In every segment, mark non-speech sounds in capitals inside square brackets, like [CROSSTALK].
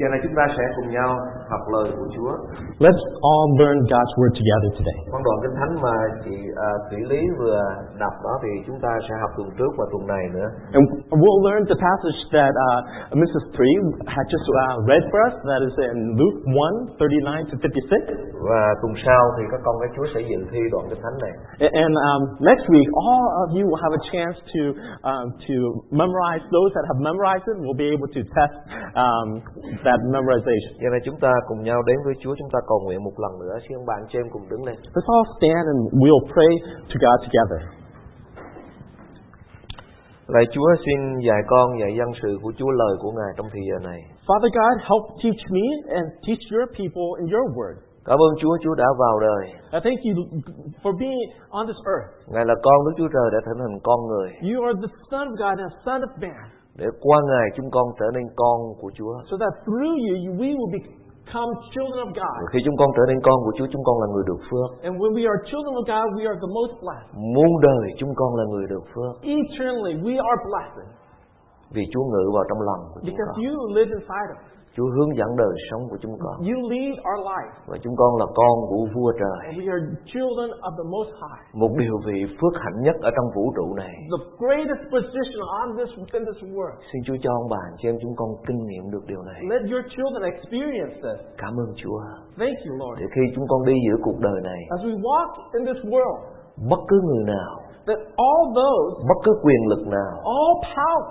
Giờ này chúng ta sẽ cùng nhau học lời của Chúa. Let's all learn God's Word together today. Con đoạn kinh thánh mà chị à, Thủy Lý vừa đọc đó thì chúng ta sẽ học tuần trước và tuần này nữa. And we'll learn the passage that uh, Mrs. Three had just uh, read for us, that is in Luke 1 39 to 56. Và tuần sau thì các con cái Chúa sẽ dự thi đoạn kinh thánh này. A- And um, next week, all of you will have a chance to, um, to memorize, those that have memorized it will be able to test um, that memorization. Giờ này chúng ta cùng nhau đến với Chúa chúng ta cầu nguyện một lần nữa. Xin ông bạn chị em cùng đứng lên. Let's all stand and we'll pray to God together. Lạy Chúa xin dạy con dạy dân sự của Chúa lời của Ngài trong thời giờ này. Father God, help teach me and teach your people in your word. Cảm ơn Chúa Chúa đã vào đời. I thank you for being on this earth. Ngài là con Đức Chúa Trời đã thành hình con người You are the Son of God and Son of Man, để qua Ngài chúng con trở nên con của Chúa. so that through you, you we will become children of God. Rồi Khi chúng con trở nên con của Chúa chúng con là người được phước. And when we are children of God, we are the most blessed. Muôn đời chúng con là người được phước Eternally, we are blessed vì Chúa ngự vào trong lòng của chúng because con. you live inside of us. Chúa hướng dẫn đời sống của chúng con You lead our life, và chúng con là con của vua trời. and we are children of the Most High. Một điều vị phước hạnh nhất ở trong vũ trụ này. The greatest position on this within this world. Xin Chúa cho ông bà chị em chúng con kinh nghiệm được điều này. Let your children experience this. Cảm ơn Chúa. Thank you, Lord. Để khi chúng con đi giữa cuộc đời này, As we walk in this world, bất cứ người nào, that all those, bất cứ quyền lực nào all power,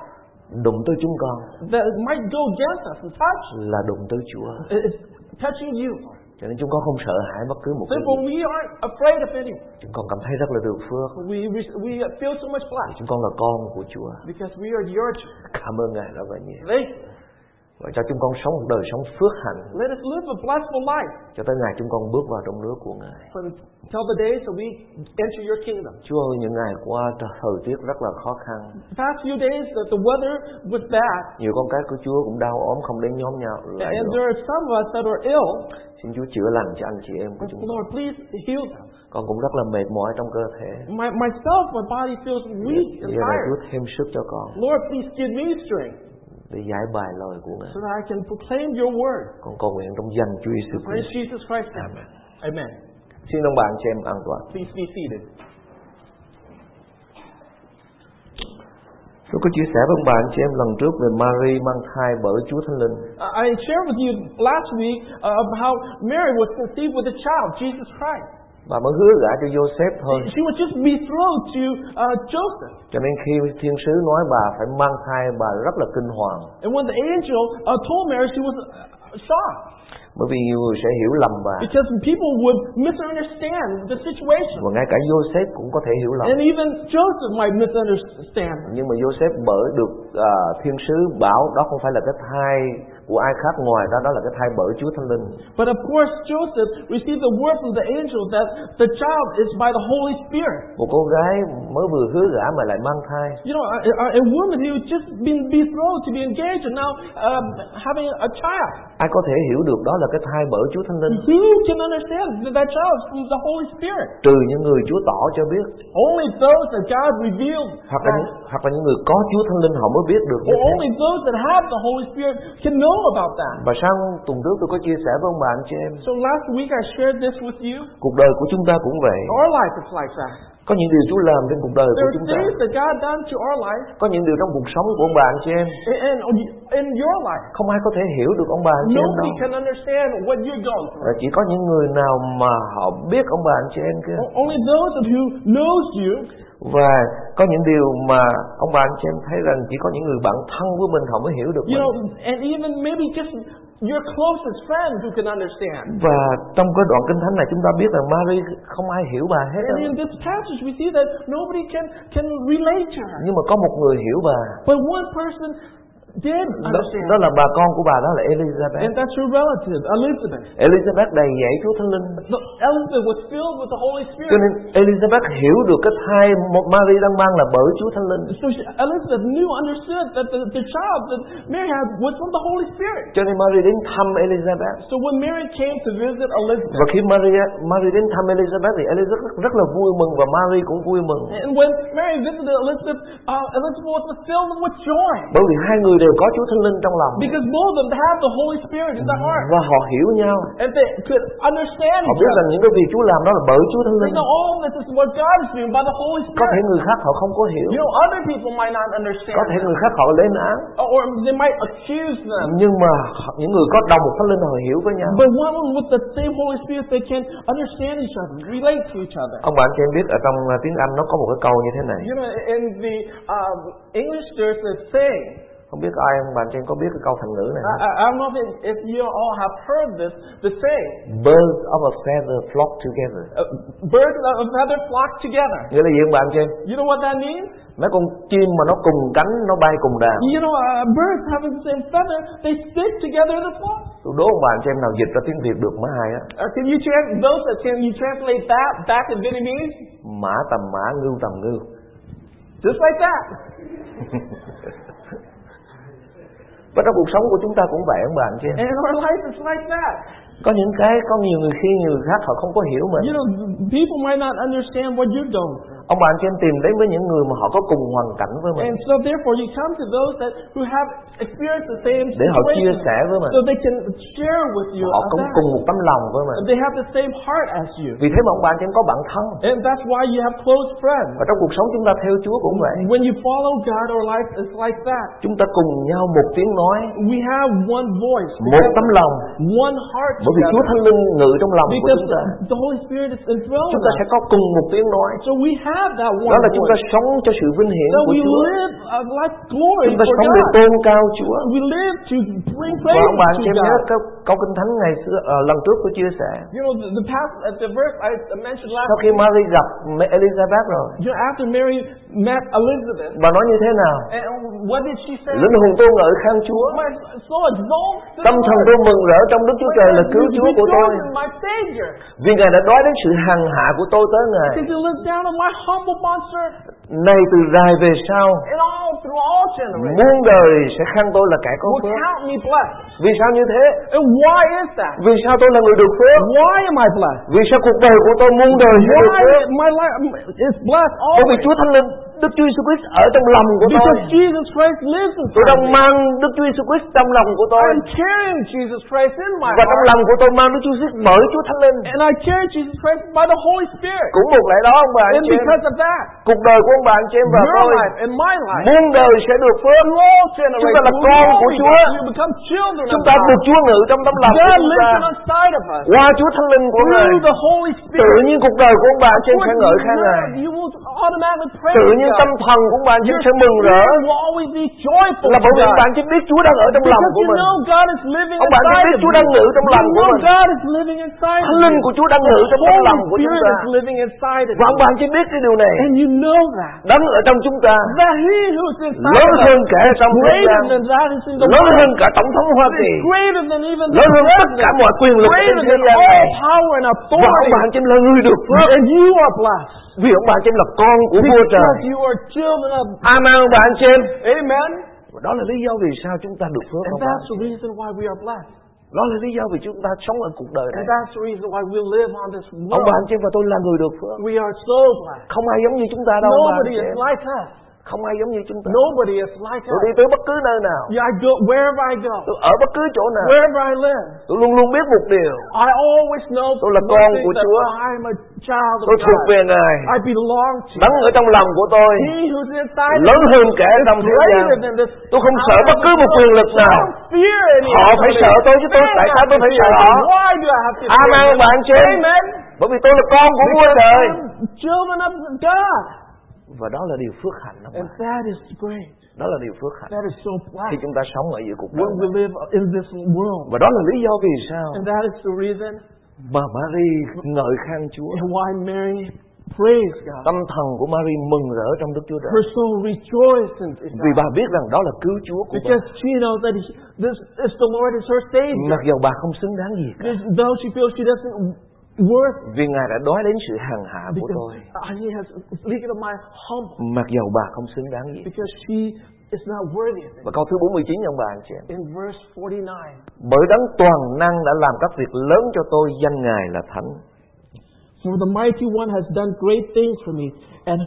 đụng tới chúng con that it might go against us and touch là đụng tới Chúa. it- it's touching you. Lord. Cho nên chúng con không sợ hãi bất cứ một cái Therefore, gì. we aren't afraid of anyone. Chúng con cảm thấy rất là được phước. We, we, we feel so much blessed Chúng con là con của Chúa. because we are your children. Cảm ơn Ngài rất là nhiều. Thank you. Và cho chúng con sống một đời sống phước hạnh Let us live a blessful life cho tới ngày chúng con bước vào trong nước của Ngài. until the day so we enter your kingdom. Chúa ơi, những ngày qua thời tiết rất là khó khăn. The past few days, that the weather was bad, Nhiều con cái của Chúa cũng đau ốm không đến nhóm nhau lại and được. there are some of us that are ill. Xin Chúa chữa lành cho anh chị em của chúng con. Lord, please heal them. Con cũng rất là mệt mỏi trong cơ thể. My, myself, my body feels weak and Giờ này Chúa tired. thêm sức cho con Lord, please give me strength để giải bài lời của Ngài. so that I can proclaim your word. Con cầu nguyện trong danh Chúa Giêsu Praise Christ. Jesus Christ. Amen. Amen. Xin ông bạn cho em an toàn. Please be seated. Tôi có chia sẻ với ông bạn chị em lần trước về Mary mang thai bởi Chúa Thánh Linh. I shared with you last week uh, of how Mary was conceived with a child, Jesus Christ. Bà mới hứa gả cho Joseph thôi. She was just betrothed to uh, Joseph. Cho nên khi thiên sứ nói bà phải mang thai, bà rất là kinh hoàng. And when the angel uh, told Mary, she was uh, shocked Bởi vì nhiều người sẽ hiểu lầm bà. because people would misunderstand the situation. Và ngay cả Joseph cũng có thể hiểu lầm. And even Joseph might misunderstand. Nhưng mà Joseph bởi được à, thiên sứ bảo đó không phải là cái thai của ai khác ngoài ra, đó là cái thai bởi Chúa Thánh Linh. But of course, Joseph received the word from the angel that the child is by the Holy Spirit. Một cô gái mới vừa hứa gả mà lại mang thai. You know, a, a a woman who had just been betrothed to be engaged and now um, having a child. Ai có thể hiểu được đó là cái thai bởi Chúa Thánh Linh? Who can understand that that child is from the Holy Spirit? Trừ những người Chúa tỏ cho biết. Only those that God revealed, hoặc là những- hoặc là những người có Chúa Thánh Linh họ mới biết được như or thế. only those that have the Holy Spirit can know about that. Và sang tuần trước tôi có chia sẻ với ông bà anh chị em, So last week I shared this with you. cuộc đời của chúng ta cũng vậy. Our life is like that. Có những điều Chúa làm trên cuộc đời There của are chúng ta, things that God done to our life có những điều trong cuộc sống của ông bà anh chị em, and and in your life. không ai có thể hiểu được ông bà anh chị em Nobody đâu. can understand what you're going through. Và chỉ có những người nào mà họ biết ông bà anh chị em kia O- Only those of who knows you. và có những điều mà ông bà anh chị em thấy rằng chỉ có những người bạn thân của mình họ mới hiểu được You mình. know, and even maybe just your closest friend who can understand. Và trong cái đoạn kinh thánh này chúng ta biết rằng Mary không ai hiểu bà hết And á. in this passage we see that nobody can can relate to her. nhưng mà có một người hiểu bà But one person did đó, understand. đó là bà con của bà đó là Elizabeth And that's her relative, Elizabeth. Elizabeth đầy dạy Chúa Thánh Linh The, Elizabeth was filled with the Holy cho Spirit. nên Elizabeth hiểu được cái thai một Mary đang mang là bởi Chúa Thánh Linh So she, Elizabeth knew, understood that the, the child that Mary had was from the Holy Spirit. cho nên Mary đến thăm Elizabeth So when Mary came to visit Elizabeth, và khi Mary Mary đến thăm Elizabeth thì Elizabeth rất, rất là vui mừng và Mary cũng vui mừng And when Mary visited Elizabeth, uh, Elizabeth was filled with joy bởi vì hai người đều có Chúa Thánh Linh trong lòng Because both of them have the Holy Spirit in their heart. và họ hiểu nhau. And they could understand Họ each biết other. rằng những cái việc Chúa làm đó là bởi Chúa Thánh They Linh. know, oh, this is what God is doing by the Holy Có thể Spirit. người khác họ không có hiểu, You know, other people might not understand. có thể người khác họ lên án, Or they might accuse them. nhưng mà họ- những người có đồng một Thánh Linh họ hiểu với nhau. But one with the same Holy Spirit, they can understand each other, relate to each other. Ông bạn cho em biết ở trong uh, tiếng Anh nó có một cái câu như thế này. You know, in the um, English, there's a saying. Không biết ai ông bạn cho em có biết cái câu thành ngữ này I, không? I, I don't know if, if you all have heard this. The saying, Birds of a feather flock together. uh, birds of a feather flock together. Nghĩa là gì ông bạn cho em? You know what that means? Mấy con chim mà nó cùng cánh nó bay cùng đàn. You know, uh, birds having the same feather, they stick together in a flock. Tôi đố ông bạn cho em nào dịch ra tiếng Việt được má hai á. Uh, can you trans- those that can you translate that back in Vietnamese? Mã tầm mã, ngưu tầm ngưu. Just like that. Và trong cuộc sống của chúng ta cũng vậy ông bạn chứ. And our life is like that. Có những cái có nhiều người khi nhiều người khác họ không có hiểu mình. You know, people might not understand what you're doing. Ông bạn cho em tìm đến với những người mà họ có cùng hoàn cảnh với mình And so therefore you come to those that who have experienced the same để họ chia situation. sẻ với mình. So they can share with you Họ of cũng that. cùng một tấm lòng với mình. They have the same heart as you. Vì thế mà ông bạn cho em có bạn thân. And that's why you have close friends. Và trong cuộc sống chúng ta theo Chúa cũng vậy. When you follow God, our life is like that. Chúng ta cùng nhau một tiếng nói, We have one voice, một together, tấm lòng. one heart Bởi vì Chúa together. Thánh Linh ngự trong lòng của Because chúng ta. the Holy Spirit is enthroned Chúng in ta us. sẽ có cùng một tiếng nói. So we have that one Đó là chúng ta voice. sống cho sự vinh hiển So của we Chúa. live a life glory Chúng ta for sống để God. tôn cao Chúa. We live to bring Và praise ông bạn cho to em nhớ God. câu, câu kinh thánh ngày xưa, ờ, lần trước tôi chia sẻ. You know, the, the past, uh, the verse I mentioned last Sau khi Mary gặp mẹ Elizabeth rồi, You know, after Mary met Elizabeth, bà nói như thế nào? and what did she say? Linh hồn tôi ngợi khen Chúa. My soul exalts the Tâm thần Lord. tôi mừng rỡ trong Đức Chúa Trời là cứu Chúa của tôi. Rejoice in My Savior, Vì Ngài đã nói đến sự hằng hạ của tôi tới Ngài. because He looked down on my humble monster, Này từ dài về sau, and all through all generations muôn đời sẽ khen tôi là kẻ có will phước. count me blessed. Vì sao như thế? And why is that? Vì sao tôi là người được phước? Why am I blessed? Vì sao cuộc đời của tôi muôn đời sẽ được Why phước? my life is blessed Bởi vì always? Chúa Thánh Linh, Đức Chúa Jesus Christ ở trong lòng của tôi. Because Jesus Christ lives Tôi inside đang me. mang Đức Chúa Jesus Christ trong lòng của tôi. I'm carrying Jesus Christ in my Và trong heart. lòng của tôi mang Đức Chúa Jesus bởi Chúa Thánh Linh. And I carry Jesus Christ by the Holy Spirit. Cũng một lẽ đó ông bà anh And chị em. because of that, Cuộc đời của ông bà anh chị em và your tôi life and my life, muôn đời sẽ được phước. all Chúng ta generations là will con know của you. Chúa. You become children of Chúng ta God. được Chúa ngự trong tấm lòng của God chúng lives ta. inside of us Qua Chúa Thánh Linh của Ngài, through the Holy tự Spirit. nhiên cuộc đời của ông bà anh chị em When sẽ you ngợi khen Ngài. live, you will automatically praise Tự nhiên tâm God. thần của ông bà anh chị Your em sẽ mừng rỡ. spirit will always be joyful Là to bởi vì ông God. bà anh chị em biết Chúa đang ở trong lòng Because của you mình. know God is living Ông bà anh chị inside biết of Chúa you. đang ngự trong lòng You của know mình. God is living inside of Thánh Linh you. của Chúa đang ngự trong tấm lòng của Holy chúng Spirit ta. is living inside of Và ông you. bà anh chị biết cái điều này. And you know that. Đấng ở trong chúng ta That he who is inside lớn of hơn us cả trong thế greater gian, than that is in the lớn world. hơn cả tổng thống Hoa Kỳ, greater than even the lớn hơn tất president, cả mọi quyền lực trên greater thế gian than này. all power and Và ông authority. bà anh chị em là người được phước And you are blessed vì ông bà anh chị em là con của vua trời. because you are children of Amen ông bà anh chị em. Amen. Và Đó là lý do vì sao chúng ta được phước And ông bà. that's the reason why we are blessed. Đó là lý do vì chúng ta sống ở cuộc đời And này. that's the reason why we live on this Ông bà world. anh chị em và tôi là người được phước. We are so blessed. Không ai giống như chúng ta đâu ông bà anh Nobody chị is em. like us. Không ai giống như chúng ta. Nobody is like Tôi us. đi tới bất cứ nơi nào, Yeah, I go wherever I go, tôi ở bất cứ chỗ nào, wherever I live. tôi luôn luôn biết một điều, I always know Tôi là one con thing của that Chúa. I'm a child of tôi thuộc God. về Ngài. I belong to Đấng ở trong lòng của tôi He who's inside of lớn me hơn kẻ is trong thế gian. greater than this Tôi không sợ bất cứ một quyền lực nào. Họ phải sợ tôi chứ tôi- tại sao tôi phải sợ họ? Amen ông bà anh chị em. Amen. Bởi vì tôi là con của vua trời. I'm children of God. Và đó là điều phước hạnh ông And bà. that is great. Đó là điều phước hạnh That is so khi blessed chúng ta sống ở giữa cuộc đời. when we live in this world. Và đó là lý do vì sao And that is the reason mà Mary ngợi khen Chúa. why Mary praised God. Tâm thần của Mary mừng rỡ trong Đức Chúa Trời. Her soul rejoiced in in Vì God. bà biết rằng đó là cứu Chúa của bà. Because she knows that he, this is the Lord is her Savior. Mặc dầu bà không xứng đáng gì cả. Though she feels she doesn't worth Vì Ngài đã nói đến sự hàng hạ của tôi. Because uh, he has speaking of my humble, Mặc dầu bà không xứng đáng gì. because she is not worthy of it. Và câu thứ 49 ông bà anh chị em. In verse 49, Bởi đấng toàn năng đã làm các việc lớn cho tôi, danh Ngài là thánh. for the mighty one has done great things for me, and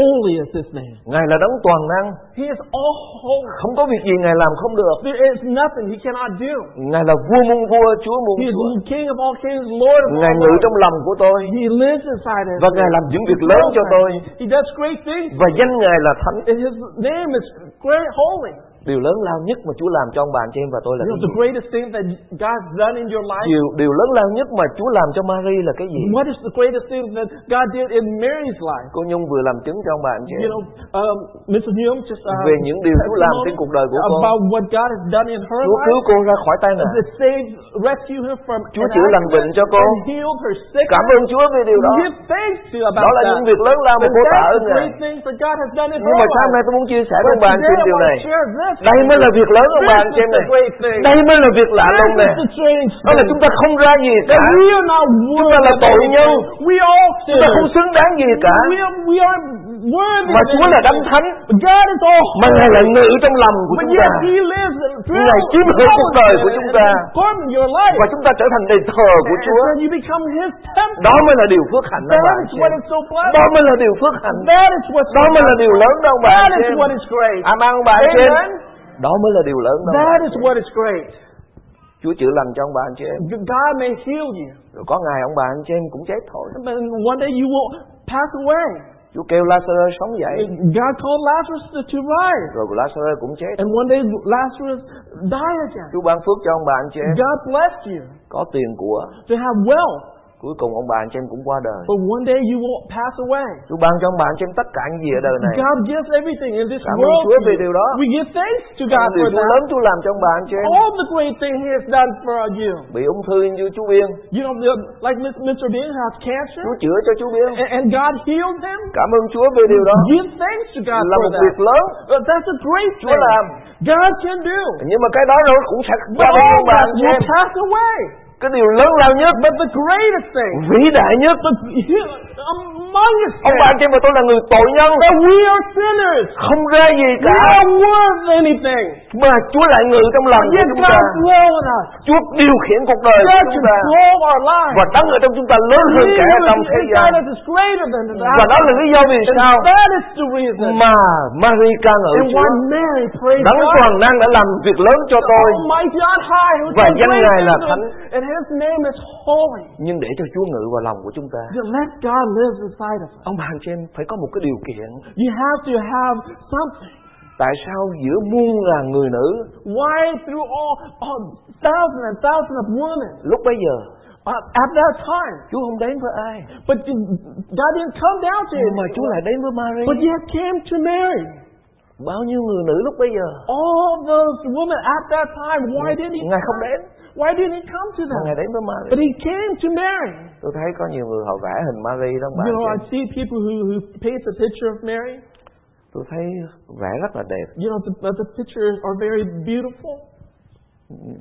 Holy is this man. Ngài là đấng toàn năng. He is all holy. Không có việc gì Ngài làm không được. There is nothing he cannot do. Ngài là vua muôn vua, chúa muôn He is chúa. King of all kings, Lord of all Ngài ngự lords. trong lòng của tôi. He lives inside us. Và Ngài làm những việc lớn cho tôi. He does great things. Và danh Ngài là thánh. And his name is great holy. Điều lớn lao nhất mà Chúa làm cho ông bà, chị em và tôi là You cái know, gì? the greatest thing that God's done in your life. Điều, điều lớn lao nhất mà Chúa làm cho Mary là cái gì? What is the greatest thing that God did in Mary's life? Cô Nhung vừa làm chứng cho ông bà, anh chị You em. know, um, Mrs. Newham just uh, Về những điều Chúa làm trên cuộc đời của cô. about what God has done in her Chúa cứu life. cô ra khỏi tai nạn. It saved, rescued her from Chúa an chữa lành bệnh cho cô. and healed her sickness. Cảm ơn Chúa về điều đó. Give thanks to about Đó là that. những việc lớn lao mà And cô tạ that's ơn the Ngài. great things that God has done in her Nhưng mà sáng life. nay tôi muốn chia sẻ với But ông bà, anh chị today em I điều want này. to share this. Đây mới là việc lớn ông bà, anh This chị is em the này. great thing. Đây mới là việc lạ lùng This nè. is the strange Đó là thing. chúng ta không ra gì cả. That we are not Chúng ta worthy là of tội nhân. anything. We all Chúng ta không sinners. xứng đáng gì cả. We are, we are worthy Mà of Chúa là đấng anything. thánh. But God is all Mà Ngài là ngự trong lòng của But chúng ta. yet He lives through Ngài chiếm hữu cuộc đời của chúng ta. Form your life. Và chúng ta trở thành đầy thờ của Chúa. And you become His temple. Đó mới là điều phước hạnh ông bà. That anh is chị what em. is so blessed. Đó mới là điều phước hạnh. That is what's Đó mới là điều lớn đó ông bà. That anh chị is em. what is great. Amen ông bà anh chị em. Amen. Đó mới là điều lớn đó. ông bà That anh is chị em. what is great. Chúa chữa lành cho ông bà anh chị em. God may heal you. Rồi có ngày ông bà anh chị em cũng chết thôi. But one day you will pass away. Chúa kêu Lazarus sống dậy. God called Lazarus to, to rise. Rồi Lazarus cũng chết. And one day Lazarus died again. Chúa ban phước cho ông bà anh chị em. God blessed you Có tiền của. to have wealth. Cuối cùng ông bà anh chị em cũng qua đời. But one day you will pass away. Chúa ban cho ông bà anh chị em tất cả những gì ở đời này. God gives everything in this Cảm ơn world. Chúa to vì you. điều đó. We give thanks to Những God điều for Chúa that. lớn Chúa làm cho ông bà anh chị em. All the great things He has done for you. Bị ung thư như chú Biên. You know, the- like Mis- Mr. Bean has cancer, Chúa chữa cho chú Biên. and, and God healed him. Cảm ơn Chúa về điều đó. Give thanks to God Là for một that. việc lớn. But that's a great Chúa thing. làm. God can do. Nhưng mà cái đó nó cũng sẽ But qua đời all ông bà that anh chị will em. pass away. Cái điều lớn lao nhất. But the greatest thing, Vĩ đại nhất. the Oh, hu- humongous Ông bà thing, anh chị em và tôi là người oh, tội nhân. that we are sinners. Không ra gì We cả. are worth anything. Mà Chúa lại ngự trong lòng của Yet chúng ta. God dwells us. Chúa điều khiển cuộc đời của God chúng ta. controls our lives. Và đấng ở trong chúng ta lớn hơn kẻ ở trong thế gian. That is greater than the Và đó là lý do vì sao That is the reason. mà Mary ca ngợi And Chúa. why Mary praised Đấng God. toàn năng đã làm việc lớn cho tôi. Almighty on high who Và does danh great Ngài là things thánh. And his name is holy. Nhưng để cho Chúa ngự vào lòng của chúng ta. Then Let God live inside of us. Ông bà trên phải có một cái điều kiện. You have to have something. Tại sao giữa muôn ngàn người nữ Why through all, all thousands and thousands of women lúc bấy giờ uh, at that time? Chúa không đến với ai But God didn't come down to him. mà Chúa lại đến với Mary. But yet came to Mary. Bao nhiêu người nữ lúc bấy giờ All those women at that time, why did he Ngài không đến. Why didn't he come to mà them? Ngài đến với Mary. But he came to Mary. Tôi thấy có nhiều người họ vẽ hình Mary đó ông bà. You know, I chị. see people who, who paint the picture of Mary. Tôi thấy vẽ rất là đẹp. You know, the, but the pictures are very beautiful.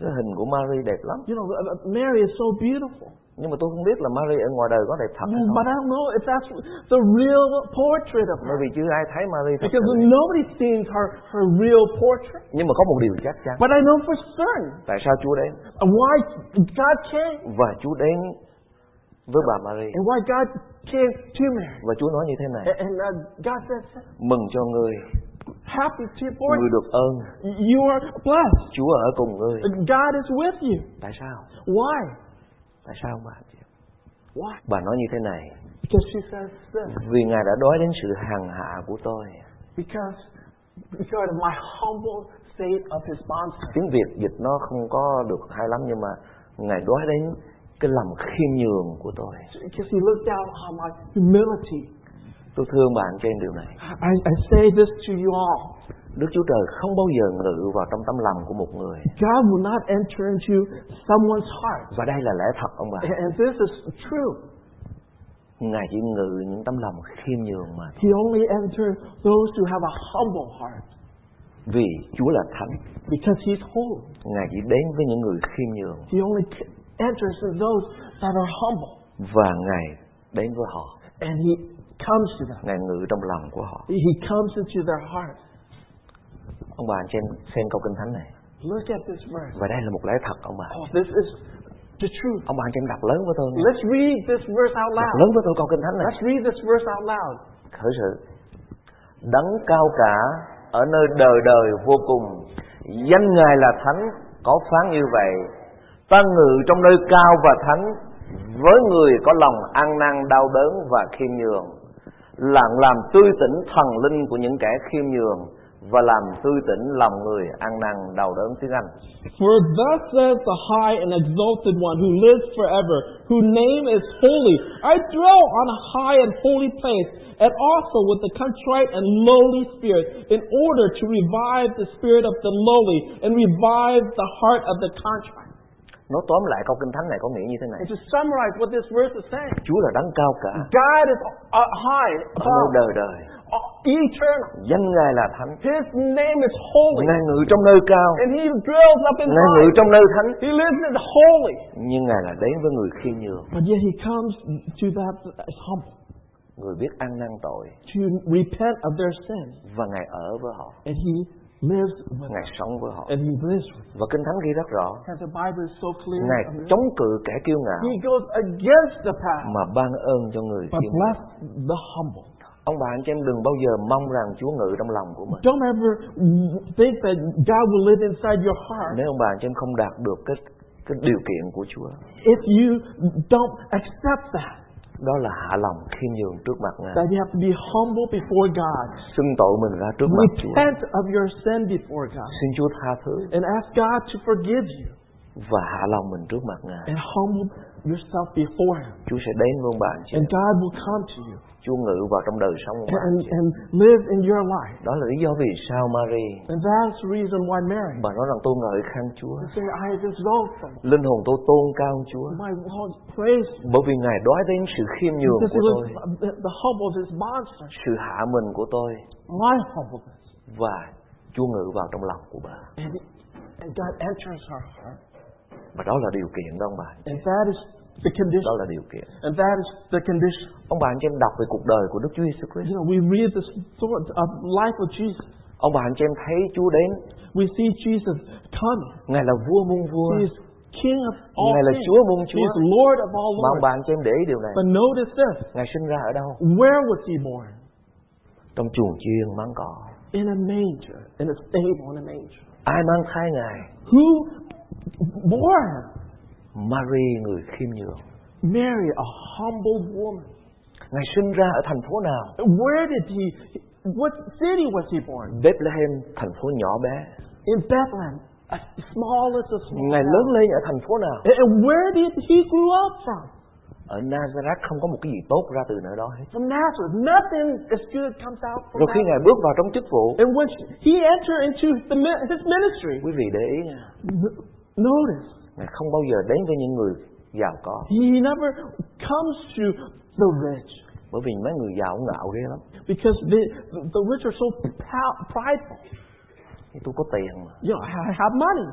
Cái hình của Mary đẹp lắm. You know, uh, uh, Mary is so beautiful. Nhưng mà tôi không biết là Mary ở ngoài đời có đẹp thật hay But không. I don't know if that's the real portrait of Bởi her. vì chưa ai thấy Mary thật. Because sự. nobody's seen her, her real portrait. Nhưng mà có một điều chắc chắn. But I know for certain Tại sao Chúa đến? why God came Và Chúa đến với bà Mary. and why God came to Mary. Và Chúa nói như thế này. And, and uh, God says, Mừng cho người, happy to for người you. được ơn. You are blessed. Chúa ở cùng người. God is with you. Tại sao? Why? Tại sao bà? chị? Why? Bà nói như thế này. Because she says this. Vì Ngài đã đói đến sự hàng hạ của tôi. Because because of my humble state of his bondservant. Tiếng Việt dịch nó không có được hay lắm nhưng mà Ngài đói đến cái lòng khiêm nhường của tôi. Because he looked down on my humility. Tôi thương bạn trên điều này. I, I say this to you all. Đức Chúa Trời không bao giờ ngự vào trong tấm lòng của một người. God will not enter into someone's heart. Và đây là lẽ thật ông bà. And- And this is true. Ngài chỉ ngự những tấm lòng khiêm nhường mà. He only enters those who have a humble heart. Vì Chúa là thánh, Because he's holy. Ngài chỉ đến với những người khiêm nhường He only enters in those that are humble. và Ngài đến với họ, And he comes to them. Ngài ngự trong lòng của họ. He comes into their heart. Ông bà trên xem câu kinh thánh này. Look at this verse. Và đây là một lẽ thật ông bà. Oh, this is the truth. Ông bà trên đọc lớn với tôi. nghe. Let's read this verse out Đọc loud. lớn với tôi câu kinh thánh này. Let's read this verse out loud. Khởi sự đấng cao cả ở nơi đời đời vô cùng danh ngài là thánh có phán như vậy ta ngự trong nơi cao và thánh với người có lòng an năn đau đớn và khiêm nhường lặng làm tươi tỉnh thần linh của những kẻ khiêm nhường và làm tươi tỉnh lòng người ăn năn đau đớn tiếng Anh. For thus says the high and exalted one who lives forever, whose name is holy. I dwell on a high and holy place, and also with a contrite and lowly spirit, in order to revive the spirit of the lowly and revive the heart of the contrite. Nói tóm lại câu kinh thánh này có nghĩa như thế này. And to summarize what this verse is saying, Chúa là đấng cao cả God is uh, high, ở nơi above, đời đời. uh, eternal. Danh Ngài là thánh. His name is holy, Ngài ngự trong nơi cao, and He dwells up in Ngài ngự high. trong nơi thánh, He lives as holy, nhưng Ngài là đến với người khiêm nhường, But yet he comes to that as humble, người biết ăn năn tội to repent of their sin, và Ngài ở với họ, and he lives with Ngài sống với họ. and he lives with. Và kinh thánh ghi rất rõ, and the Bible is so clear. Ngài chống cự kẻ kiêu ngạo He goes against the path. mà ban ơn cho người But khiêm nhường. bless the humble. Ông bà anh chị em đừng bao giờ mong rằng Chúa ngự trong lòng của mình. Don't ever think that God will live inside your heart Nếu ông bà anh chị em không đạt được cái cái điều kiện của Chúa, if you don't accept that. đó là hạ lòng khiêm nhường trước mặt Ngài. That you have to be humble before God. xưng tội mình ra trước mặt Chúa. Repent of your sin before God. Xin Chúa tha thứ And ask God to forgive you. và hạ lòng mình trước mặt Ngài. And humble yourself before Him. Chúa sẽ đến với ông bà anh chị. And God will come to you Chúa ngự vào trong đời sống của ông bà anh and, chị. and live in your life. Đó là lý do vì sao Marie And that's the reason why Mary bà nói rằng tôi ngợi khen Chúa. said, I exalt them. Linh hồn tôi tôn cao Chúa. My Lord, praise you. Bởi vì Ngài đối đến sự khiêm nhường This của tôi, was the, the humble of his monster. sự hạ mình của tôi My humbleness. và Chúa ngự vào trong lòng của bà. And, and God enters her heart. Và đó là điều kiện đó ông bà. And that is the condition. Đó là điều kiện. And that is the condition. Ông bà anh chị em đọc về cuộc đời của Đức Chúa Jesus Christ. You know, we read the story of life of Jesus. Ông bà anh chị em thấy Chúa đến, We see Jesus coming. Ngài là vua muôn vua. He is King of all Ngài là things. Chúa muôn He Chúa. is Lord of all Mà ông bà lords. anh chị em để ý điều này. But notice this. Ngài sinh ra ở đâu? Where was he born? Trong chuồng chiên máng cỏ. In a manger. In a stable in a manger. Ai mang thai Ngài? Who bore him? Mary người khiêm nhường. Mary, a humble woman. Ngài sinh ra ở thành phố nào? Where did he, what city was he born? Bethlehem, thành phố nhỏ bé. In Bethlehem, a smallest of small Ngài lớn lên ở thành phố nào? And- And where did he grew up from? Ở Nazareth không có một cái gì tốt ra từ nơi đó hết. From Nazareth. Nothing is good comes out from Rồi khi Nazareth. Ngài bước vào trong chức vụ, And when he entered into the, mi- his ministry, quý vị để ý, nha, n- notice Ngài không bao giờ đến với những người giàu có. he never comes to the rich Bởi vì mấy người giàu ngạo ghê lắm. because the, the rich are so prou- prideful. Nhưng Tôi có tiền mà. You know, I have money.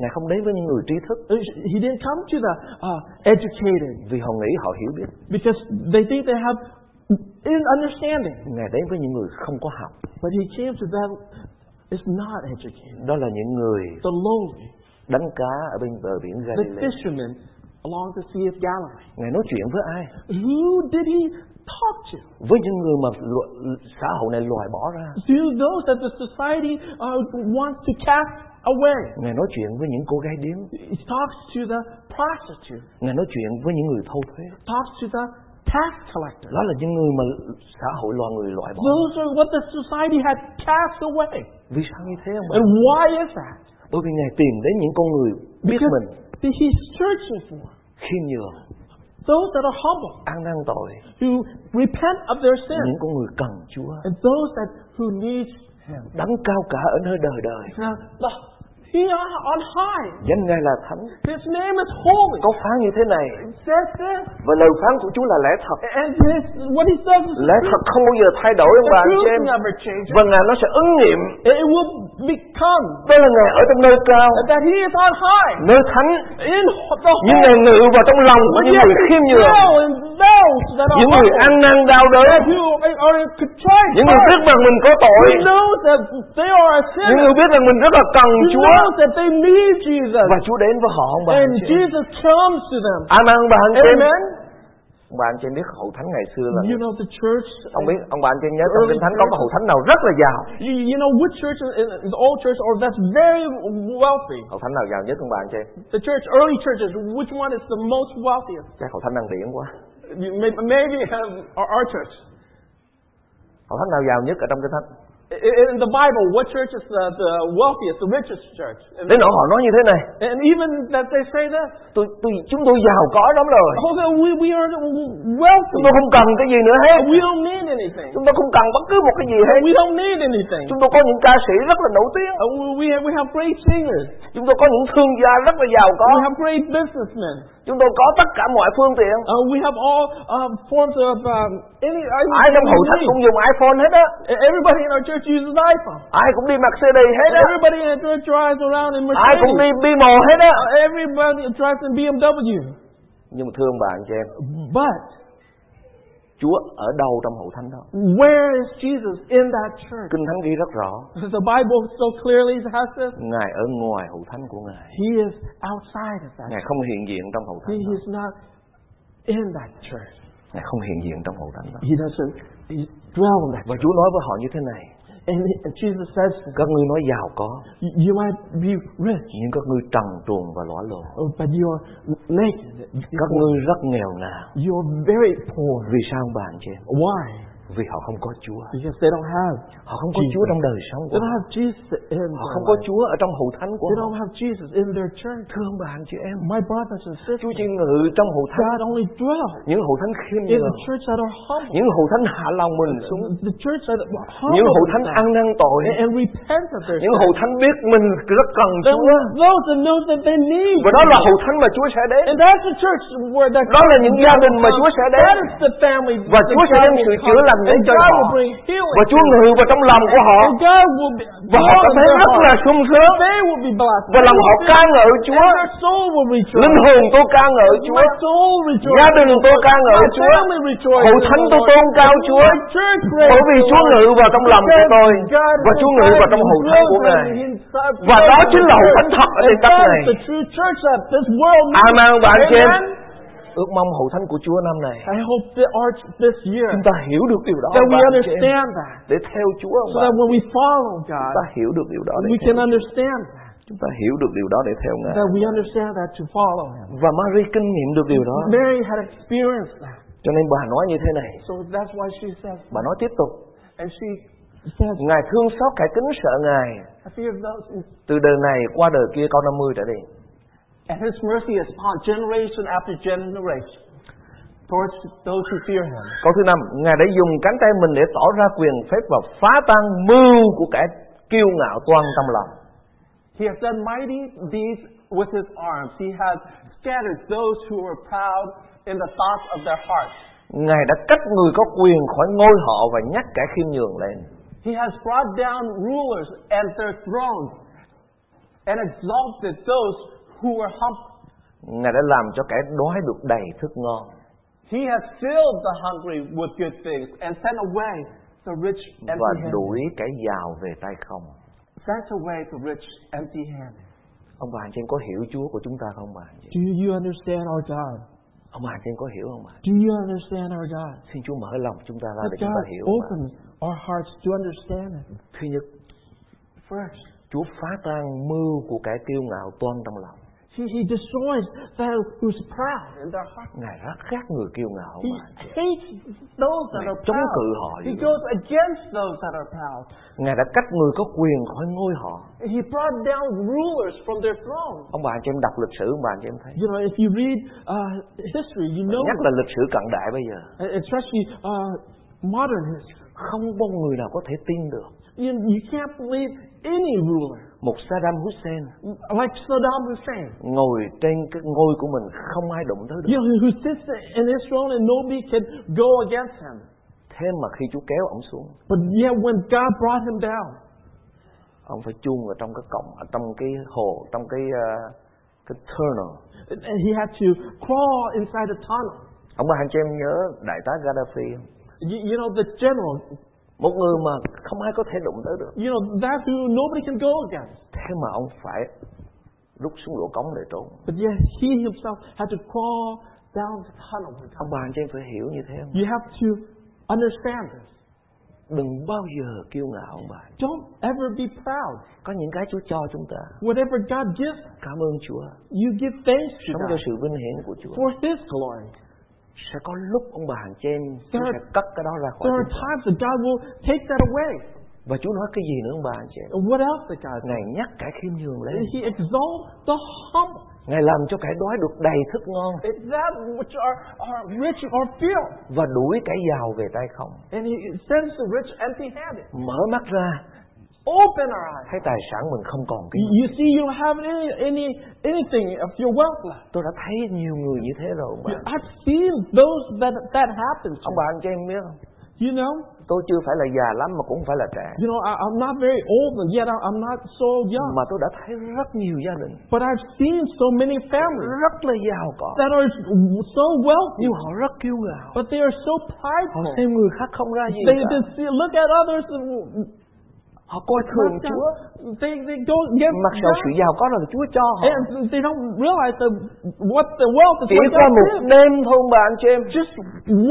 Ngài không đến với những người trí thức Uh, He didn't come to the uh, educated vì họ nghĩ họ hiểu biết. because they think they have in understanding. Ngài đến với những người không có học. But he came to that is not educated. Đó là những người The lowly, đánh cá ở bên bờ biển the Galilee. fishermen along the Sea of Galilee. Ngài nói chuyện với ai? Who did he talk to? Với những người mà lo- xã hội này loại bỏ ra. To those that the society uh, wants to cast away. Ngài nói chuyện với những cô gái điếm. He talks to the prostitute, Ngài nói chuyện với những người thâu thuế. talks to the tax collector. Đó là những người mà xã hội loài người loại bỏ. Those are what the society had cast away. Vì sao như thế ông bà? And why is that? Bởi vì Ngài tìm đến những con người biết Because mình, he's searching for khiêm nhường, those that are humble, ăn năn tội, who repent of their sin, những con người cần Chúa, and those that who need him. đấng cao cả ở nơi đời đời. Now, the, he on, on high. Danh Ngài là Thánh. His name is holy. Có phán như thế này, It says this, và lời phán của Chúa là lẽ thật. and his, what he says is Lẽ true. thật không bao giờ thay đổi ông bà The anh chị truth em. never changes. Và Ngài nó sẽ ứng nghiệm. It will become Đó là Ngài ở trong nơi cao, that he is on high, nơi thánh. in the Nhưng whole. Ngài ngự vào trong lòng của But những yet người khiêm nhường, still in those that are những người humble, ăn năn đau đớn, who are contrite, những người biết rằng mình có tội, who knows that they are a những sinner, người biết rằng mình rất là cần who Chúa. knows that they need Jesus, Và Chúa đến với họ ông bà and anh chị em. Jesus comes to them. Ai mang bà anh chị em? Amen. Ông bà anh chị biết hậu thánh ngày xưa là You know, the church, ông biết ông bà anh chị nhớ trong kinh thánh có cái hậu thánh nào rất là giàu you, you know, which church, in- in the old church, or that's very wealthy. hậu thánh nào giàu nhất ông bà anh chị The church, early churches, which one is the most wealthiest? chắc hậu thánh đăng điển quá You may- Maybe um, our, our church. hậu thánh nào giàu nhất ở trong kinh thánh I- i- In the Bible, what church is the, the wealthiest, the richest church? And, đến nỗi họ nói như thế này and even that they say this. tôi tôi chúng tôi giàu có lắm rồi Oh, that we, we are chúng wealthy. tôi không cần cái gì nữa hết We don't need anything. chúng tôi không cần bất cứ một cái gì hết We don't need anything. chúng tôi có những ca sĩ rất là nổi tiếng Uh, we- we, have, we have great singers. chúng tôi có những thương gia rất là giàu có We have great businessmen. chúng tôi có tất cả mọi phương tiện Uh, we have all um, forms of um, any. I mean, ai trong hậu thánh cũng dùng iPhone hết á Everybody in our church uses iPhone. ai cũng đi mặc Mercedes hết á Everybody in our church drives around in ai cũng đi Mercedes. Uh, bimo hết á Everybody drives in BMW. nhưng mà thưa ông bà anh chị em But Chúa ở đâu trong hậu thánh đó where is Jesus in that church? kinh thánh ghi rất rõ The Bible so clearly has this. ngài ở ngoài hậu thánh của ngài He is outside of that. ngài không hiện diện trong hậu He thánh đó. is not in that church. ngài không hiện diện trong hậu thánh đó He doesn't he dwell in that. và Chúa nói với họ như thế này And, and Jesus says, các ngươi nói giàu có "You might be rich, nhưng các ngươi trần truồng và lõa lồ but you are naked. các ngươi rất nghèo nàn You are very poor. vì sao ông bà anh chị em Why? vì họ không có Chúa Because they don't have họ không có Jesus. Chúa trong đời sống they của don't họ have Jesus in their họ không có life. Chúa ở trong hậu thánh của They họ don't have Jesus in their church. thương bà anh chị em My brothers and Chúa sisters, chỉ ngự trong hậu thánh God only dwells những hậu thánh khiêm in nhường the church that are humble, những hậu thánh hạ lòng mình xuống the church that are những hậu humble thánh ăn năn tội and, and repent of their những hậu thánh biết mình rất cần Those Chúa those that know that they need. và đó là hậu thánh mà Chúa sẽ đến And that's the church where that đó là những gia đình mà Chúa sẽ đến That is the family Và that Chúa sẽ God đem will sự come. chữa lành đến And cho God họ. will bring healing. và Chúa ngự vào trong lòng của họ And God will be và họ cảm thấy dwell in rất their là heart. sung sướng They will be blessed. và lòng họ ca ngợi Chúa And their soul will rejoice. linh hồn tôi ca ngợi Chúa My soul rejoices. gia đình tôi ca ngợi My Chúa family rejoices. hậu thánh tôi tôn cao Chúa My church praises bởi vì the Chúa Lord. ngự vào trong lòng của tôi God is và Chúa ngự vào inside trong you. hậu thánh của Dwells Ngài in inside Và đó you. chính là hậu thánh thật ở trên And đất that này. is the true church that this world needs. Amen, ông bà anh chị em. Amen. ước mong hậu thánh của Chúa năm này I hope that our, this year chúng ta hiểu được điều đó that ông we bà anh chị em. understand that. để theo Chúa ông So bà that when we follow God, chúng ta hiểu được điều đó để we theo can understand that. chúng ta hiểu được điều đó để theo Ngài That we understand that to follow Him. và Mary kinh nghiệm được điều đó Mary had experienced that. cho nên bà nói như thế này So that's why she says, bà nói tiếp tục and she says, Ngài thương xót kẻ kính sợ Ngài I fear those, từ đời này qua đời kia câu 50 trở đi and His mercy is upon generation after generation towards those who fear Him. Câu thứ năm, Ngài đã dùng cánh tay mình để tỏ ra quyền phép và phá tan mưu của kẻ kiêu ngạo toan trong lòng. He has done mighty deeds with His arms. He has scattered those who were proud in the thoughts of their hearts. Ngài đã cách người có quyền khỏi ngôi họ và nhắc kẻ khiêm nhường lên. He has brought down rulers and their thrones and exalted those who were humble. Ngài đã làm cho kẻ đói được đầy thức ngon. He has filled the hungry with good things and sent away the rich và empty handed. đuổi kẻ giàu về tay không. Sent away the rich empty handed. Ông bà anh chị em có hiểu Chúa của chúng ta không bà anh chị? Do you understand our God? Ông bà anh chị em có hiểu không bà? Do you understand our God? Xin Chúa mở lòng chúng ta ra để That chúng God ta hiểu. Ông bà. opens our hearts to understand it. Thứ nhất, First, Chúa phá tan mưu của kẻ kiêu ngạo toan trong lòng. He, he destroys those who's proud in their heart. Ngài rất ghét người kiêu ngạo. Ông He bà. hates those that Ngài are chống cự họ proud. gì He đó. goes against those that are proud. Ngài đã cách người có quyền khỏi ngôi họ. He brought down rulers from their thrones. Ông bà anh chị em đọc lịch sử, ông bà anh chị em thấy. You know, if you read uh, history, you know, Nhất là lịch sử cận đại bây giờ. especially uh, modern history, Không có người nào có thể tin được. you, you can't believe any ruler Một Saddam Hussein like Saddam Hussein. ngồi trên cái ngôi của mình không ai đụng tới được. You know, who sits in his throne and nobody can go against him. Thế mà khi Chúa kéo ông xuống, But yet, when God brought him down, ông phải chôn vào trong cái cổng ở trong cái hồ trong cái ờ, cái tunnel and he had to crawl inside a tunnel. ông bà anh chị em nhớ đại tá Gaddafi không? You, you know, the general, một người mà không ai có thể đụng tới được you know, that who nobody can go against. thế mà ông phải rút xuống lỗ cống để trốn But yet, he himself had to crawl sounds tunnel with Các bạn cho em phải hiểu như thế không? You have to understand this. Đừng bao giờ kiêu ngạo ông bạn. Don't ever be proud. Có những cái Chúa cho chúng ta. Whatever God gives, Cảm ơn Chúa. you give thanks to Sống cho God sự vinh hiển của Chúa. for His glory. Sẽ có lúc ông bà hàng trên Chúa There- sẽ cất cái đó ra khỏi There are chúng ta. times that God will take that away. Và Chúa nói cái gì nữa ông bà hàng trên? And what else did God do? Ngài nhắc cả khiêm nhường lên. He exalts the humble. Ngài làm cho kẻ đói được đầy thức ngon It's that which are, are rich are filled. và đuổi kẻ giàu về tay không. And He sends the rich empty handed. Mở mắt ra Open our eyes. thấy tài sản mình không còn cái You gì. you see, you don't have any, any, anything of your wealth left. Tôi đã thấy nhiều người như thế rồi ông bà. I've seen those that that happens. Ông bà anh cho em biết không? You know, Tôi chưa phải là già lắm mà cũng phải là trẻ. you know, I, I'm not very old, and yet I, I'm not so young. Mà tôi đã thấy rất nhiều gia đình But I've seen so many families rất là giàu có that are so wealthy, nhưng họ rất kiêu ngạo. but they are so Họ prideful. xem người khác không ra gì They cả. just see, look at others and Họ coi thường Chúa. They they go against Mặc dù sự God, giàu có là Chúa cho họ. and they don't realize that what the wealth is Chỉ what qua God một gives. đêm thôi ông bà anh chị em Just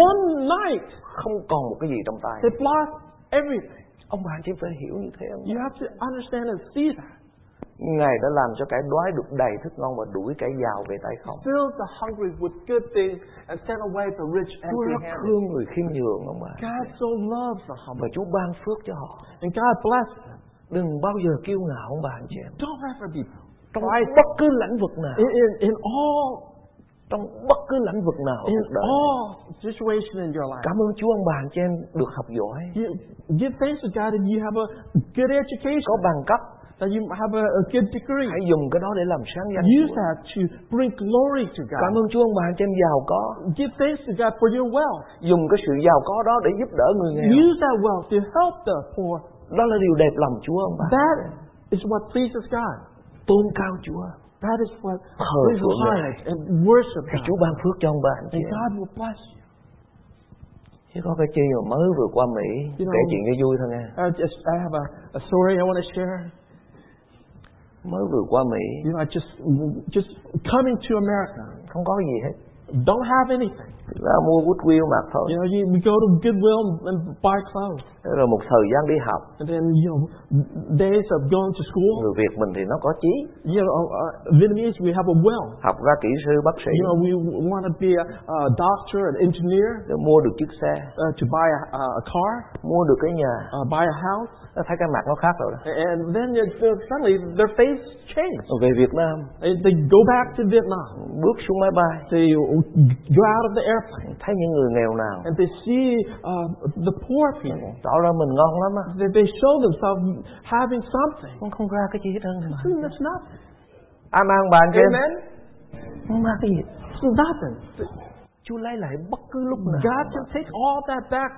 one night, không còn một cái gì trong tay. they've lost everything. Ông bà anh chị em phải hiểu như thế không? You have to understand and see that. Ngài đã làm cho kẻ đói được đầy thức ngon và đuổi kẻ giàu về tay không. Fill the hungry with good things and send away the rich Chúa empty rất handed. thương người khiêm nhường ông bà. God so loves the humble, Và Chúa ban phước cho họ. and God bless them. Đừng bao giờ kiêu ngạo ông bà anh chị em. Don't ever be Trong bất cứ lĩnh vực nào, in, in, in all trong bất cứ lĩnh vực nào của in cuộc đời. all situation in your life. Cảm ơn Chúa ông bà anh chị em được học giỏi, You give thanks to God and you have a good education, có bằng cấp, that you have a, a good degree. hãy dùng cái đó để làm sáng danh Use Chúa. that to bring glory to Cảm God. ơn Chúa ông bà anh chị em giàu có, Give thanks to God for your wealth. dùng cái sự giàu có đó để giúp đỡ người nghèo. Use that wealth to help the poor. Đó là điều đẹp lòng Chúa ông bà. That is what pleases God. Tôn cao Chúa, That is what thờ is phượng Ngài. highest and worship Thì God. Chúa ban phước cho ông bà anh chị And em. God will bless you. Chứ có cái chi mà mới vừa qua Mỹ You know- Kể chuyện cho vui thôi nghe I just I have a, a story I want to share. Mới vừa qua Mỹ You know, I just just coming to America, Không có gì hết don't have anything. Ra mua quýt quyêu mặc thôi You know, you, we go to Goodwill and buy clothes. Thế Rồi một thời gian đi học And then, you know, days of going to school, Người Việt mình thì nó có chí you know, uh, Vietnamese, we have a will. Học ra kỹ sư, bác sĩ You know, we want to be a, a doctor, an engineer, Rồi mua được chiếc xe uh, to buy a, a car, Mua được cái nhà uh, buy a house. Nó Thấy cái mặt nó khác rồi đó And then it, uh, suddenly their face changed. Rồi Về Việt Nam They, they go back to Vietnam. Bước xuống máy bay They go out of the airplane Thấy những người nghèo nào and they see uh, the poor people. Tỏ ra mình ngon lắm á They, they show themselves having something. Con không ra cái gì hết trơn à. Hmm, That's nothing. Am ăn bàn trên Amen? Không ra cái gì It's nothing. Chúa lấy lại bất cứ lúc nào God can take all that back.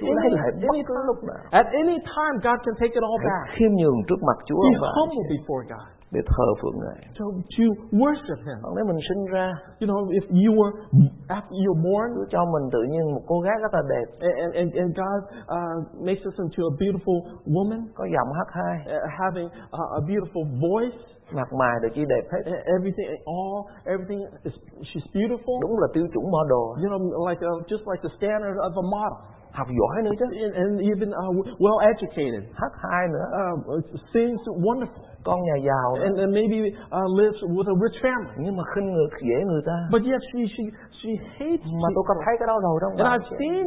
Chúa lấy lại bất Any cứ time. lúc nào Dạ. At any time, God can take it all Hãy back. khiêm nhường trước mặt Chúa Be và humble before God. để thờ phượng Ngài. So to worship Him. Còn nếu mình sinh ra, You know, if you were after you were born, Chúa cho mình tự nhiên một cô gái rất là đẹp, and and, and God uh, makes us into a beautiful woman, có giọng hát hay, uh, having uh, a beautiful voice, mặt mày được chi đẹp hết. e- everything, all everything is she's beautiful. Đúng là tiêu chuẩn model, You know, like a, just like the standard of a model, học giỏi nữa chứ, and, and even uh, well educated, hát hay nữa, uh, sings wonderful. con nhà giàu, nữa. and, and maybe uh, lives with a rich family. nhưng mà khinh ngược dễ người ta. But yet she she she hates. Mà tôi có thấy cái đó rồi đâu. And I've seen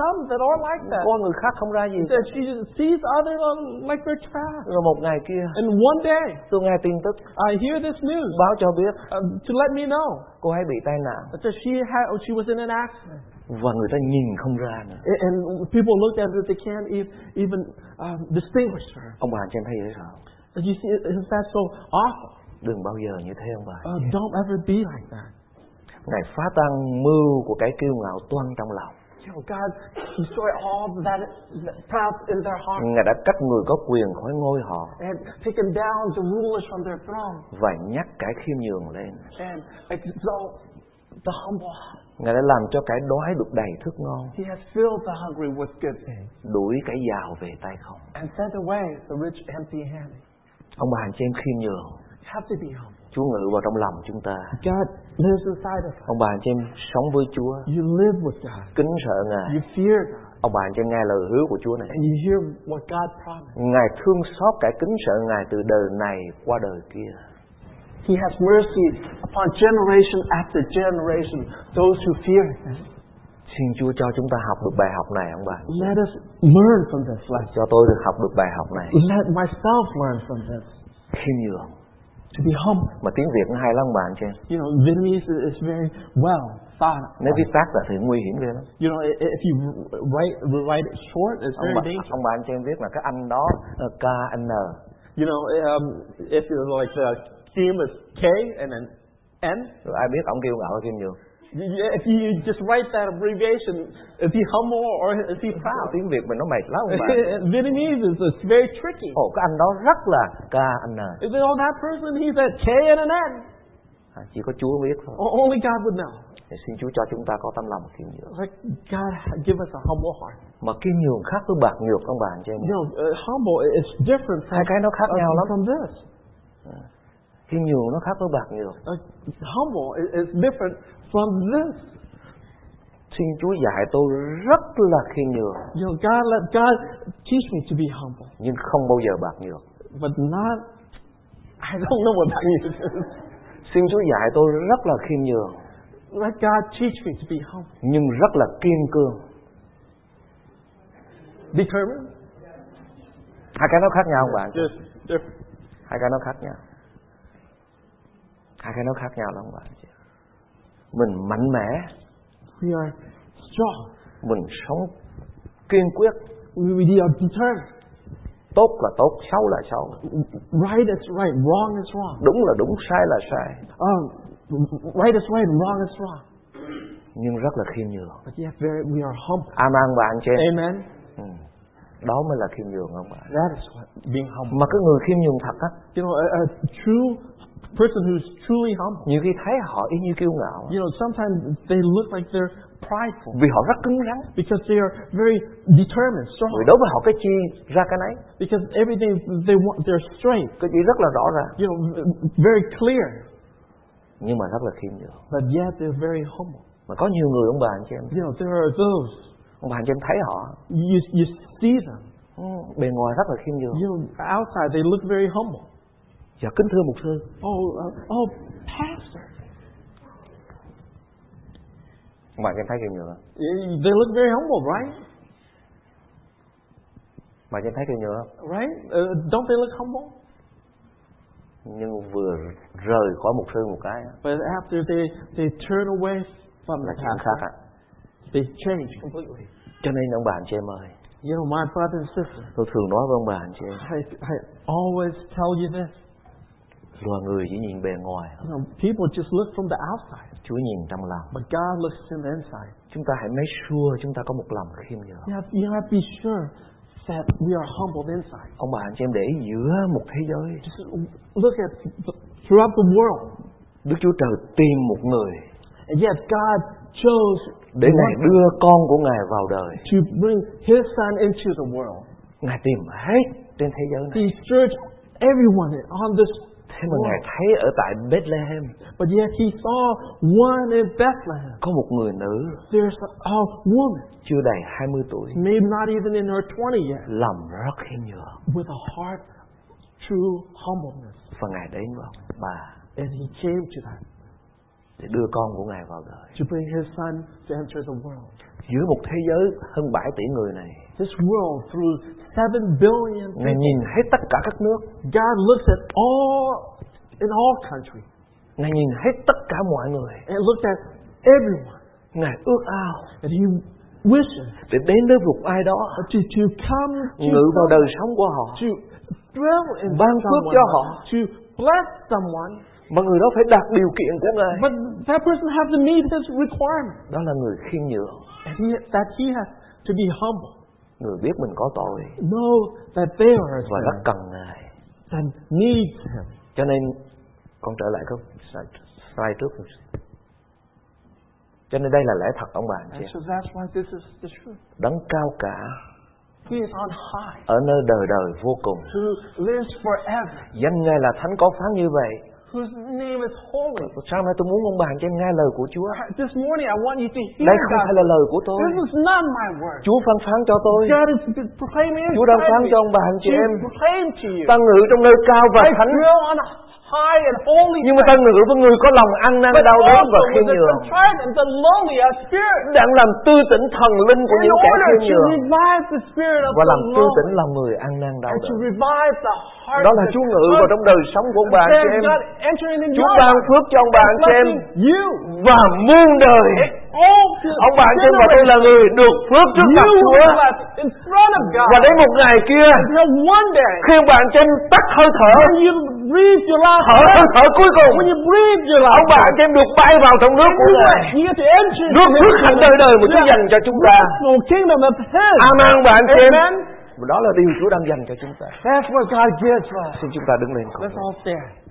some that are like that. Con người khác không ra gì. That she just sees others on like they're trash. Rồi một ngày kia, And one day tôi nghe tin tức I hear this news báo cho biết uh, to let me know cô ấy bị tai nạn that she had oh, she was in an accident. và người ta nhìn không ra nữa. And- And people looked at her; they can't even even um, distinguish her. Ông bà anh chị em thấy vậy sao? And you see, isn't that so awful? Đừng bao giờ như thế ông bà. Uh, don't ever be like that. Ngài phá tan mưu của cái kiêu ngạo toan trong lòng. You know, God, destroy all that, that proud in their heart Ngài đã cắt người có quyền khỏi ngôi họ and taken down the rulers from their throne và nhắc kẻ khiêm nhường lên. and exalt the humble. Ngài đã làm cho kẻ đói được đầy thức ngon, He has filled the hungry with good things đuổi kẻ giàu về tay không. and sent away the rich empty handed. Ông bà anh chị em khiêm nhường, Have to be humble. Chúa ngự vào trong lòng chúng ta. God lives inside of us. Ông bà anh chị em sống với Chúa, You live with God. kính sợ Ngài. You fear God. Ông bà anh chị em nghe lời hứa của Chúa này. And you hear what God promised. Ngài thương xót kẻ kính sợ Ngài từ đời này qua đời kia. He has mercy upon generation after generation, those who fear Him. Xin Chúa cho chúng ta học được bài học này ông bà. Let us learn from this lesson. Cho tôi được học được bài học này. Let myself learn from this. Khiêm nhường. To be humble. Mà tiếng Việt nó hay lắm ông bà anh chị em. You know, Vietnamese is is very well thought of. Nếu viết tắt là thì nguy hiểm ghê lắm. You know, i- if you write, write it short, it's Ông very bà, dangerous. ông bà anh chị em viết là cái anh đó ờ, là KN. You know, um, if you're like the uh, Kim is K and then N. Rồi ai biết ông kêu ngạo khiêm nhường. y- If you just write that abbreviation, is he humble or is he proud? Tiếng Việt mình nó mệt lắm [LAUGHS] ông bà. [LAUGHS] Vietnamese is it's very tricky. Ồ cái anh đó rất là KN. Is it, oh, that person, he's at K and an N. À, chỉ có Chúa biết thôi. O- Only God would know. Thì xin Chúa cho chúng ta có tấm lòng khiêm nhường. Like, God, give us a humble heart. Mà khiêm nhường khác với bạc nhược ông bà anh chị em. Ờ, You know, uh, humble, it's different Hai cái nó khác nhau lắm. from this. Khiêm nhường nó khác với bạc nhược. Like, humble i- is different from this. Xin Chúa dạy tôi rất là khiêm nhường You know, God, let God teach me to be humble. nhưng không bao giờ bạc nhược. But not, I don't know what that means. [LAUGHS] Xin Chúa dạy tôi rất là khiêm nhường let God teach me to be humble. nhưng rất là kiên cương. Determined? Hai cái nó khác nhau bạn. Just different. Hai cái nó khác nhau. Hai cái nó khác nhau lắm bạn. Mình mạnh mẽ, We are strong. mình sống kiên quyết, We, we are determined. tốt là tốt, xấu là xấu, Right is right. Wrong is wrong. đúng là đúng, sai là sai, Um, right is right. and Wrong is wrong. nhưng rất là khiêm nhường. But yet, very, we are humble. Amen bạn chị. em. Amen. Ừ. Đó mới là khiêm nhường không bạn? That is what being humble. Mà cái người khiêm nhường thật á, You know, a, a true person who's truly humble. nhiều khi thấy họ y như kiêu ngạo. á. You know, sometimes they look like they're prideful Vì họ rất cứng rắn. because they are very determined, Vì strong. đối với họ cái chi ra cái nấy, Because everything they want, their strength, cái chi rất là rõ ràng, you know, very clear. nhưng mà rất là khiêm nhường. But yet they're very humble. Mà có nhiều người ông bà anh chị em, You know, there are those ông bà anh chị em thấy họ you you see them. ừ, bề ngoài rất là khiêm nhường. You know, outside they look very humble. Dạ kính thưa mục sư, Oh, uh, oh, pastor. ông bà anh chị em thấy khiêm nhường, không? Eh, They look very humble, right? bà anh chị em thấy khiêm nhường không? Right? Uh, don't they look humble? Nhưng vừa rời khỏi mục sư một cái á, But after they they turn away from là the chuyện khác ạ. pastor, they change completely. Cho nên ông bà anh chị em ơi, You know, my brother and sister, tôi thường nói với ông bà anh chị em, I I always tell you this. loài người chỉ nhìn bề ngoài, thôi. You know, people just look from the outside, Chúa nhìn trong lòng. but God looks in the inside. Chúng ta hãy make sure chúng ta có một lòng khiêm nhường. You have you have to be sure that we are humbled inside. Ông bà anh chị em để ý giữa một thế giới, Just look at the, throughout the world. Đức Chúa Trời tìm một người And yet God chose để Ngài đưa con của Ngài vào đời. to bring His Son into the world. Ngài tìm hết trên thế giới này. He searched everyone on this Thế mà Ngài world. thấy ở tại Bethlehem But yet He saw one in Bethlehem. có một người nữ There's a, a woman, chưa đầy 20 tuổi, maybe not even in her 20 yet, lòng rất khiêm nhường with a heart true humbleness. và Ngài đến với ông bà And He came to that để đưa con của Ngài vào đời. to bring His Son to enter the world. Giữa một thế giới hơn 7 tỷ người này, This world through 7 billion Ngài nhìn hết tất cả các nước, people. God looks at all, in all countries, Ngài nhìn hết tất cả mọi người, and looked at everyone. Ngài ước ao that he wishes để đến với một ai đó to, to come ngự vào to, đời sống của họ to dwell in Ban phước someone, cho họ. to bless someone, mà người đó phải đạt điều kiện của Ngài. but that person has to meet his requirement, Đó là người khiêm nhường, and he, that he has to be humble, người biết mình có tội know that they are a và rất sinner cần Ngài. and needs him. Cho nên con trở lại cái slide, slide trước. một xíu. Cho nên đây là lẽ thật ông bà anh And chị. so that's why this is the truth. Đấng cao cả He is on high, ở nơi đời đời vô cùng. who lives forever, Danh Ngài là thánh có phán như vậy. whose name is holy. Sáng nay tôi muốn ông bà anh chị em nghe lời của Chúa. This morning I want you to hear Đây không phải God. là lời của tôi. This is not my word. Chúa phán phán cho tôi. God is is proclaiming Chúa đang phán cho ông bà anh chị em. Ta ngự trong nơi cao và I thánh. dwell on a high and holy Nhưng mà ta ngự với người có lòng ăn năn but đau đớn also và khiêm with the nhường. contrite and the lowly of spirit. Đang làm tư tỉnh thần linh của In những kẻ order khiêm to nhường. revive the spirit of Và the làm tư lowly. tỉnh lòng người ăn năn đau And to đớn. revive the heart Đó of là the Chúa ngự church. vào trong đời sống của ông bà anh chị Then em. God entering in Chúa your ban life, phước cho ông bà anh chị em blessing you. và muôn đời. All to Ông bà anh chị em và tôi là người được phước trước mặt you Chúa. were blessed in front of God. Và đến một ngày kia, Until one day, khi ông bà anh chị em tắt hơi thở, when you breathe your last thở hơi breath, thở cuối cùng, when you breathe your ông last bà anh chị em được bay vào trong nước của Ngài. breath, you get to enter into Nước phước hạnh đời đời mà Chúa Yeah. dành cho chúng ta. the kingdom of His. Amen ông bà anh chị em. Amen. Và Đó là điều Chúa đang dành cho chúng ta. That's what God gives us. Xin chúng ta đứng lên cùng. Let's all stand.